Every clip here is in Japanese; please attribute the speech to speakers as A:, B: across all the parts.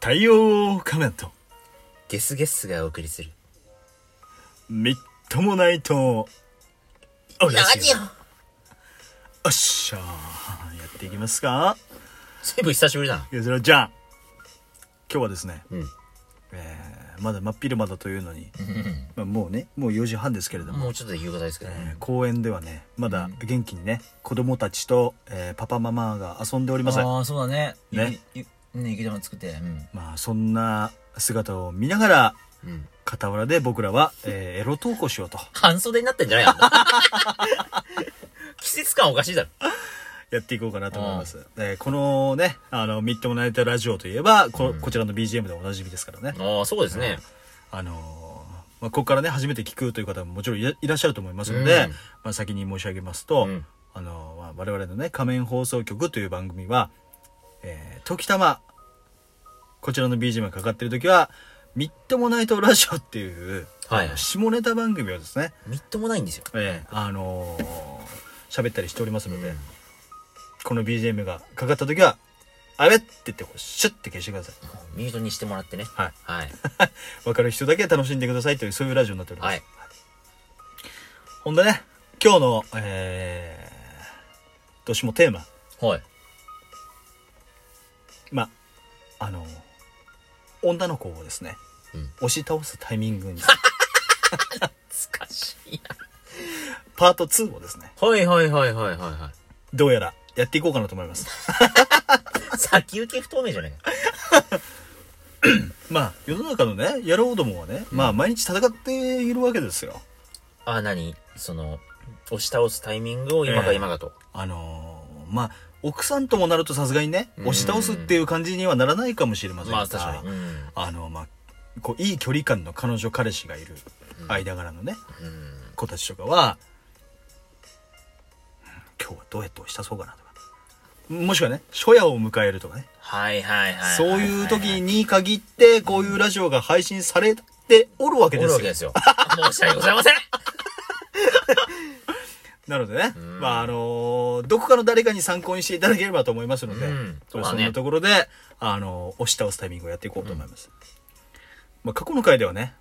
A: 太陽仮面と、
B: ゲスゲスがお送りする。
A: みっともないと、おラジオ。よっしゃー、やっていきますか。
B: 随分久しぶりだな。
A: ゆずろちゃん。今日はですね、
B: うん
A: えーまだ真っ昼間だというのに、まあ、もうね、もう4時半ですけれども、
B: もうちょっとで夕方ですけど
A: え
B: ね
A: ー。公園ではね、まだ元気にね、子供たちと、えーパパママが遊んでおります。
B: ああ、そうだね。
A: ね
B: ゆ。ゆね、雪玉作って。うん。
A: まあ、そんな姿を見ながら、
B: うん。
A: 傍らで僕らは、えーエロ投稿しようと。
B: 半袖になってんじゃないの 季節感おかしいだろ。
A: やっていこうかなと思います。えーこのね、あの、みっともないとラジオといえば、こ、こちらの BGM でおなじみですからね。
B: ああ、そうですね。
A: あのーまあ、ここからね、初めて聞くという方ももちろんいらいらっしゃると思いますので、
B: うん
A: まあ、先に申し上げますと、
B: うん
A: あのーまあ、我々のね、仮面放送局という番組は、えー、時たま、こちらの BGM がかかってる時は、みっともないとラジオっていう、
B: はい
A: あの下ネタ番組をですね、
B: みっともないんですよ。
A: ええあのー喋ったりしておりますので、
B: うん
A: この BGM がかかった時は、あれって言って、こうシュッて消してください。
B: ミュートにしてもらってね。
A: はい。
B: はい。
A: わかる人だけ楽しんでくださいという、そういうラジオになっております。
B: はい
A: ほんでね、今日の、えー、どうしもテーマ、
B: はい。
A: ま、あのー女の子をですね、
B: うん
A: 押し倒すタイミングに、
B: 懐かしい
A: パート2をですね、
B: な。はいはいはいはいはいは
A: どうやらやっていこうかなと思います。
B: い。先行き不透明じゃないか。
A: まあ、世の中のね、野郎どもはね、まあ、毎日戦っているわけですよ。
B: ああ、何その、押し倒すタイミングを今
A: え
B: か
A: え
B: 今かと。
A: あのーまあ、奥さんともなるとさすがにね、
B: うん
A: 押し倒すっていう感じにはならないかもしれませんが、
B: まあ確かに。うん。
A: あの、まあ、こう、いい距離感の彼女彼氏がいる間柄のね、
B: うん。
A: 子たちとかは、今日はどうやって押し出そうかなとか、もしくはね、初夜を迎えるとかね、
B: はいはいはいはいはい。
A: そういう時に限って、こういうラジオが配信されておるわけ
B: お
A: で
B: るわ
A: す
B: け
A: よ
B: で。すよ。申し訳ございません。
A: なのでね、
B: ん
A: まああのーどこかの誰かに参考にしていただければと思いますので、
B: うん
A: まあ
B: そうだ
A: そん
B: ね
A: なところで、あのー押し倒すタイミングをやっていこうと思います。まあ過去の回ではね、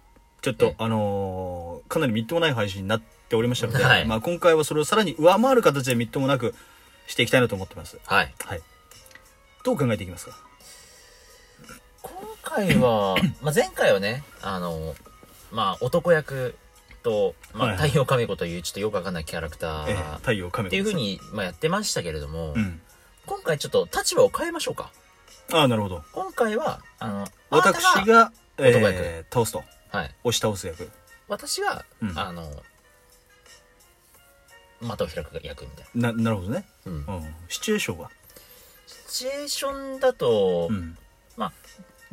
A: ちょっと、
B: ええ
A: あのーかなりみっともない配信になっておりましたので、
B: はい
A: まあ今回はそれをさらに上回る形でみっともなくしていきたいなと思ってます。
B: はい。
A: はい。どう考えていきますか
B: 今 回は、まあ、前回はね、あの、まあ、男役と、ま
A: は
B: あ、
A: いはい
B: 太陽亀子というちょっとよくわかんないキャラクタ
A: ええ
B: ーっ
A: 太陽カメラ
B: ていうふうに、まあ、やってましたけれども、
A: うん。
B: 今回ちょっと立場を変えましょうか。
A: ああ、なるほど。
B: 今回は、あの、
A: 私
B: あなた
A: が、
B: 男役
A: えー倒すと。
B: が、はい。
A: 押し倒す役。
B: 私が、
A: うん
B: あの、的を開く役みたい
A: な、なるほどね。
B: な。うん。
A: うん。シチュエーションは。
B: シチュエーションだと、
A: うん。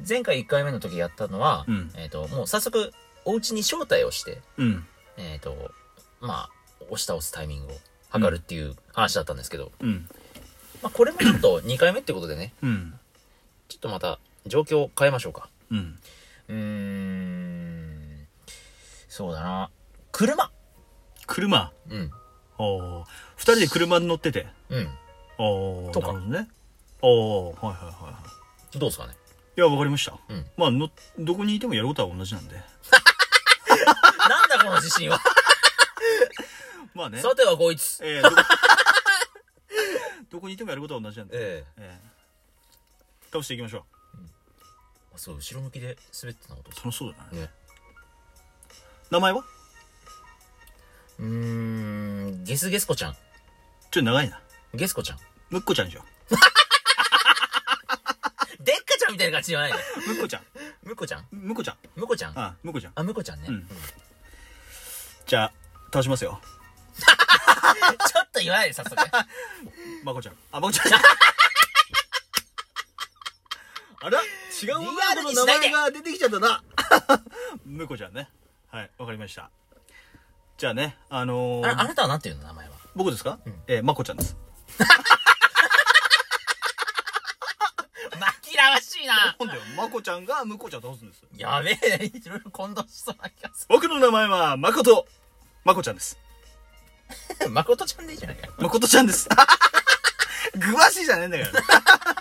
B: 前回1回目の時やったのは、
A: うん
B: えっ、と、もう早速、お家に招待をして、
A: うん。
B: えっ、と、まあ、押し倒すタイミングを測るっていう話だったんですけど、
A: うん。
B: まあ、これもちょっ と2回目ってことでね、
A: うん。
B: ちょっとまた状況を変えましょうか。
A: うん。
B: うーん、そうだな。車
A: 車。
B: うん。
A: おー二人で車に乗ってて。
B: うん。
A: おー
B: と
A: な
B: か
A: るほどね。おーはいはいはいはい。
B: どうですかね。
A: いや、わかりました。
B: うん
A: まあ、の、どこにいてもやることは同じなんで。
B: なんだこの自信は。
A: まあね。
B: さてはこいつ。
A: えーどこ どこにいてもやることは同じなんで。
B: ええ
A: えー倒していきましょ
B: あそう、後ろ向きで滑ってたのと
A: う。楽しそうだね。
B: ね。
A: 名前は
B: うーん、ゲスゲスコちゃん。
A: ちょっと長いな。
B: ゲスコちゃん。
A: むっこちゃんでしょ。
B: でっかちゃんみたいな感じじ ゃないの
A: むっこちゃん。
B: むこちゃん
A: むっこちゃん。
B: むこちゃん
A: あ、むっこちゃん。
B: あ、むこちゃんね。
A: うん
B: うん
A: じゃあ、倒しますよ。
B: ちょっと言わないで、早 速。
A: まこちゃん。あ、まこちゃん。あら違う女の子の名前が出てきちゃったな。むこちゃんね。はい、わかりました。じゃあね、あのー
B: ああなたはなんていうの、名前は。
A: 僕ですか、えー、まこちゃんです。
B: 紛らわしいな
A: 今度はまこちゃんがむこちゃんを倒すんです。
B: やべえ、いろいろ混同しそうな気がす
A: 僕の名前は、まこと、まこちゃんです。
B: る。誠ちゃんでいいじゃないか。
A: まことちゃん です。ぐわしいじゃねえんだから。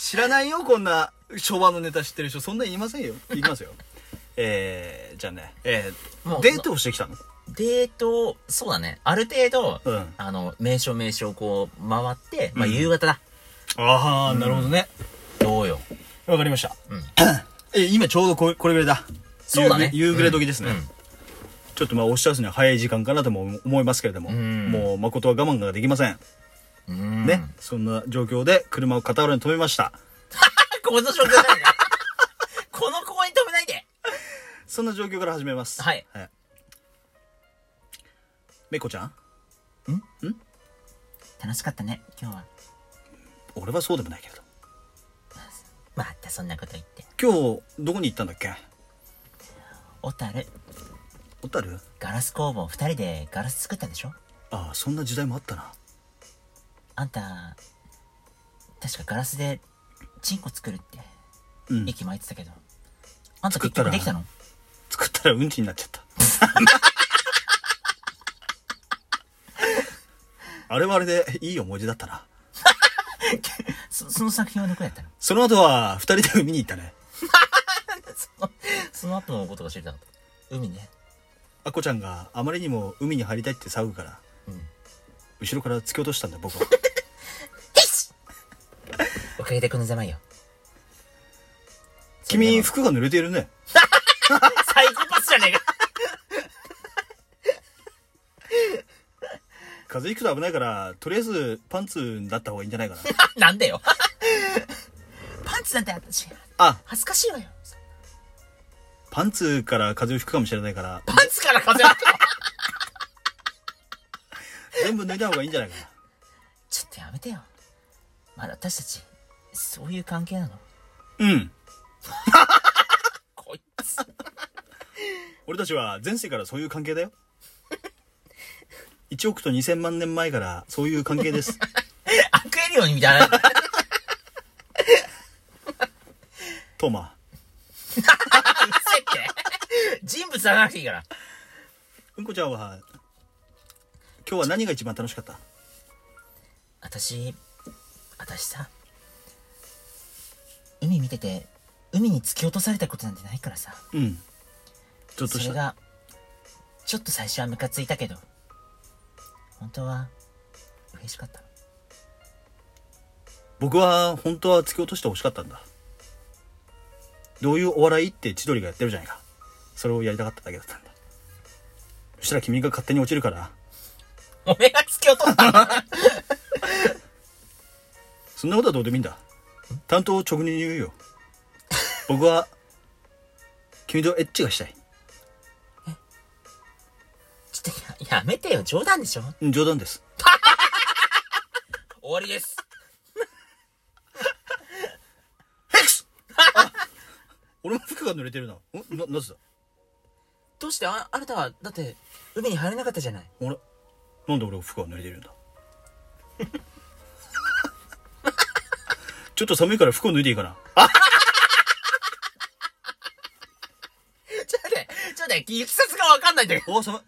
A: 知らないよ、こんな、昭和のネタ知ってる人そんなにいませんよいますよえー、じゃあね、えー
B: もう
A: デートをしてきたの
B: デートをそうだねある程度、
A: うん
B: あの名所名所をこう回って、まあ、
A: うん
B: 夕方だ、
A: ああ、なるほどね
B: どうよ
A: わかりました、
B: うん
A: え今ちょうどこれこれぐらいだ
B: そうだね
A: 夕暮れ夕暮れ時ですね、
B: うんうん
A: ちょっとまあ押し出すには早い時間かなとも思いますけれども、
B: うん
A: もう誠は我慢ができません、
B: うん
A: ねそんな状況で車を片裏に止めました
B: この食材なんか この公園止めないで
A: そんな状況から始めます
B: はい、
A: めいこちゃん
B: 楽しかったね今日は
A: 俺はそうでもないけれど
B: またそんなこと言って
A: 今日どこに行ったんだっけ
B: 小樽
A: 小樽
B: ガラス工房2人でガラス作ったでしょ
A: ああそんな時代もあったな
B: あんた確かガラスでチンコ作るって
A: うん
B: 息巻いてたけど、あんた
A: 作っ
B: 結
A: たら
B: 局できたの
A: 作ったらうんちになっちゃった。あれはあれでいい思い出だったな。
B: そその作品はどこやったの
A: その後は二人で海に行ったね。
B: そのその後のことが知りたかった海ね
A: あこちゃんがあまりにも海に入りたいって騒ぐから、
B: うん
A: 後ろから突き落としたんだ僕は。
B: おかげでこのざまよ
A: 君、
B: そ
A: 服が濡れているね。
B: れでもサイコパスじゃねえか
A: 風邪ひくと危ないから、とりあえずパンツだった方がいいんじゃないかな。
B: なんでよパンツなんて私
A: あ、
B: 恥ずかしいわよ
A: パンツから風邪をひくかもしれないから、
B: パンツから風邪だ
A: 全部脱いだ方がいいんじゃないかな。
B: ちょっとやめてよまだ私たちそういう関係なの
A: うん。
B: こいつ
A: 俺たちは前世からそういう関係だよ。1億と2000万年前からそういう関係です。
B: アクエリオンみたいな
A: トーマ。
B: 人物じゃなくていいから
A: うんこちゃんは今日は何が一番楽しかった
B: 私私さ海見てて海に突き落とされたことなんてないからさ
A: うんちょっと
B: そ
A: し
B: れ
A: た
B: がちょっと最初はムカついたけど本当は嬉しかった
A: 僕は本当は突き落としてほしかったんだどういうお笑いって千鳥がやってるじゃないかそれをやりたかっただけだったんだそしたら君が勝手に落ちるから
B: おめえが突き落 としたの
A: そんなことはどうでもいいんだ担当を直入に言うよ僕は君とエッチがしたい
B: ちょっとややめてよ冗談でしょ
A: うん冗談 です
B: 終わりです
A: ヘクス俺も服が濡れてるな。んな、なぜだ
B: どうしてああなたはだって海に入れなかったじゃない
A: あれなんで俺服が濡れてるんだ ちょっと寒いから服を脱いでいいかなあ
B: ちょっと待ってちょっと待っていきさつがわかんないんだけど
A: お寒い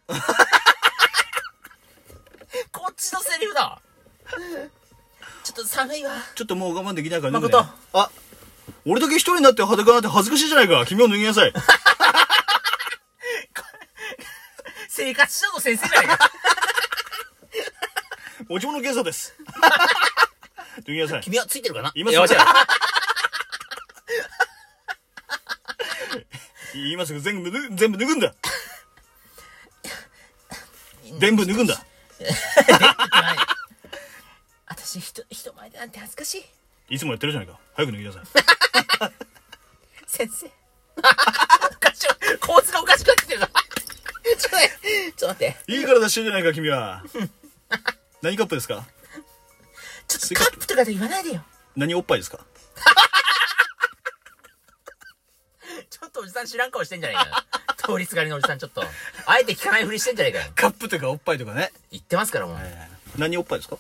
B: こっちのセリフだちょっと寒いわ
A: ちょっともう我慢できないから脱ぐね
B: 誠
A: あ俺だけ一人になって裸なんて恥ずかしいじゃないか君を脱ぎなさい
B: 生活指導の先生じゃ ないか
A: 持ち物検査です脱ぎなさい
B: 君はついてるかな
A: 今す
B: よ
A: ぐ
B: っしゃ
A: 今すぐ全部脱ぐ全部脱ぐんだ全部脱ぐんだ
B: はい私人人前でなんて恥ずかしい
A: いつもやってるじゃないか早く脱ぎなさい
B: 先生おかしい構図がおかしくなってきてるぞちょっと待ってちょっと待って
A: いい体してるじゃないか君 は何カップですか
B: ちょっとカップとかで言わないでよ
A: 何おっぱいですか
B: ちょっとおじさん知らん顔してんじゃないかよ通りすがりのおじさんちょっとあえて聞かないふりしてんじゃないかよ
A: カップとかおっぱいとかね
B: 言ってますからもう、
A: えー何おっぱいですか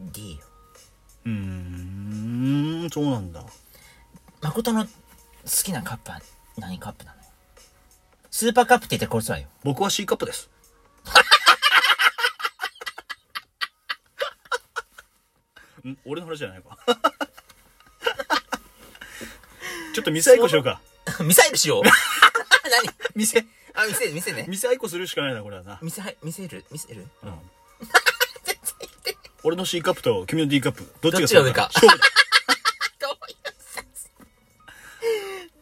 B: D よ
A: うーんそうなんだ
B: 誠の好きなカップは何カップなのよスーパーカップって言って殺すわよ
A: 僕は C カップ ですん俺の話じゃないか ちょっとミサイコしようか。
B: ミサイルしよう何
A: 店、
B: あ、見せる、見せるね。
A: ミサイコするしかないな、これはな。
B: 見せ、はい、見せる、見せる
A: うん。俺の C カップと君の D カップ、どっちが
B: どっちが上か
A: 勝負だ
B: どういうさ、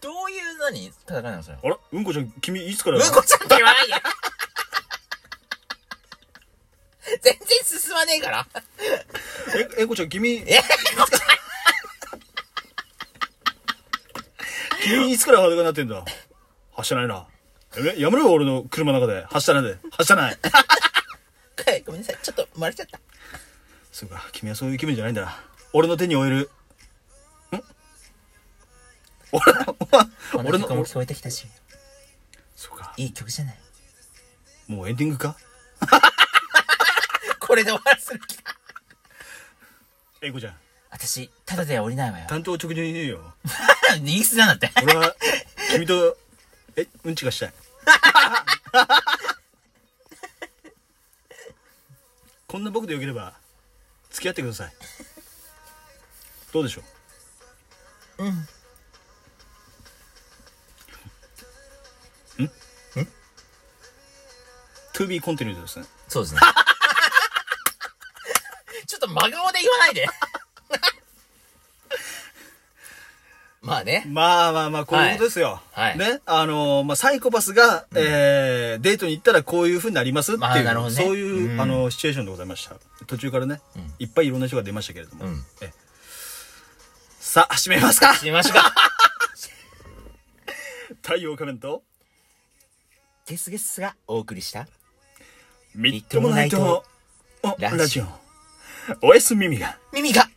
B: どういう何戦いなのそれ。
A: あらうんこちゃん、君いつから
B: うんこちゃんって言わない で全然進まねえから。
A: え、えこちゃん、君、
B: え
A: 君いつから裸になってんだ発車ないな。やめやめろよ、俺の車の中で。発車ないで。発車ない。
B: はい、ごめんなさい。ちょっと漏れちゃった。
A: そうか、君はそういう気分じゃないんだな。俺の手に負える。ん俺の、俺の、
B: 聞こえてきたし、
A: そうか、
B: いい曲じゃない。
A: もうエンディングか
B: これで終わらせる気だ。
A: えこちゃん、
B: 私、ただでは降りないわよ。
A: 担当直入に言うよ。
B: イギスなんだって。
A: 俺は、君と、え、うんちがしたい。こんな僕でよければ、付き合ってください。どうでしょう
B: うん。
A: ?to be continued ですね。
B: そうですね。 ちょっと真顔で言わないで。 まあね。
A: まあまあまあ、こういうことですよ。
B: はいはい
A: ね。あのーまあ、サイコパスが、えーデートに行ったらこういう風になりますって
B: まあ
A: いう、
B: なるほどね
A: そういう、
B: うん
A: あの、シチュエーションでございました。途中からね、
B: ん
A: いっぱいいろんな人が出ましたけれども。
B: うん
A: えさあ、閉めますか
B: 閉めましょうか。
A: 太陽仮面と、
B: ゲスゲスがお送りした。
A: みっともないと、お
B: ラジオ
A: ラジオ。おやすみみが。
B: 耳が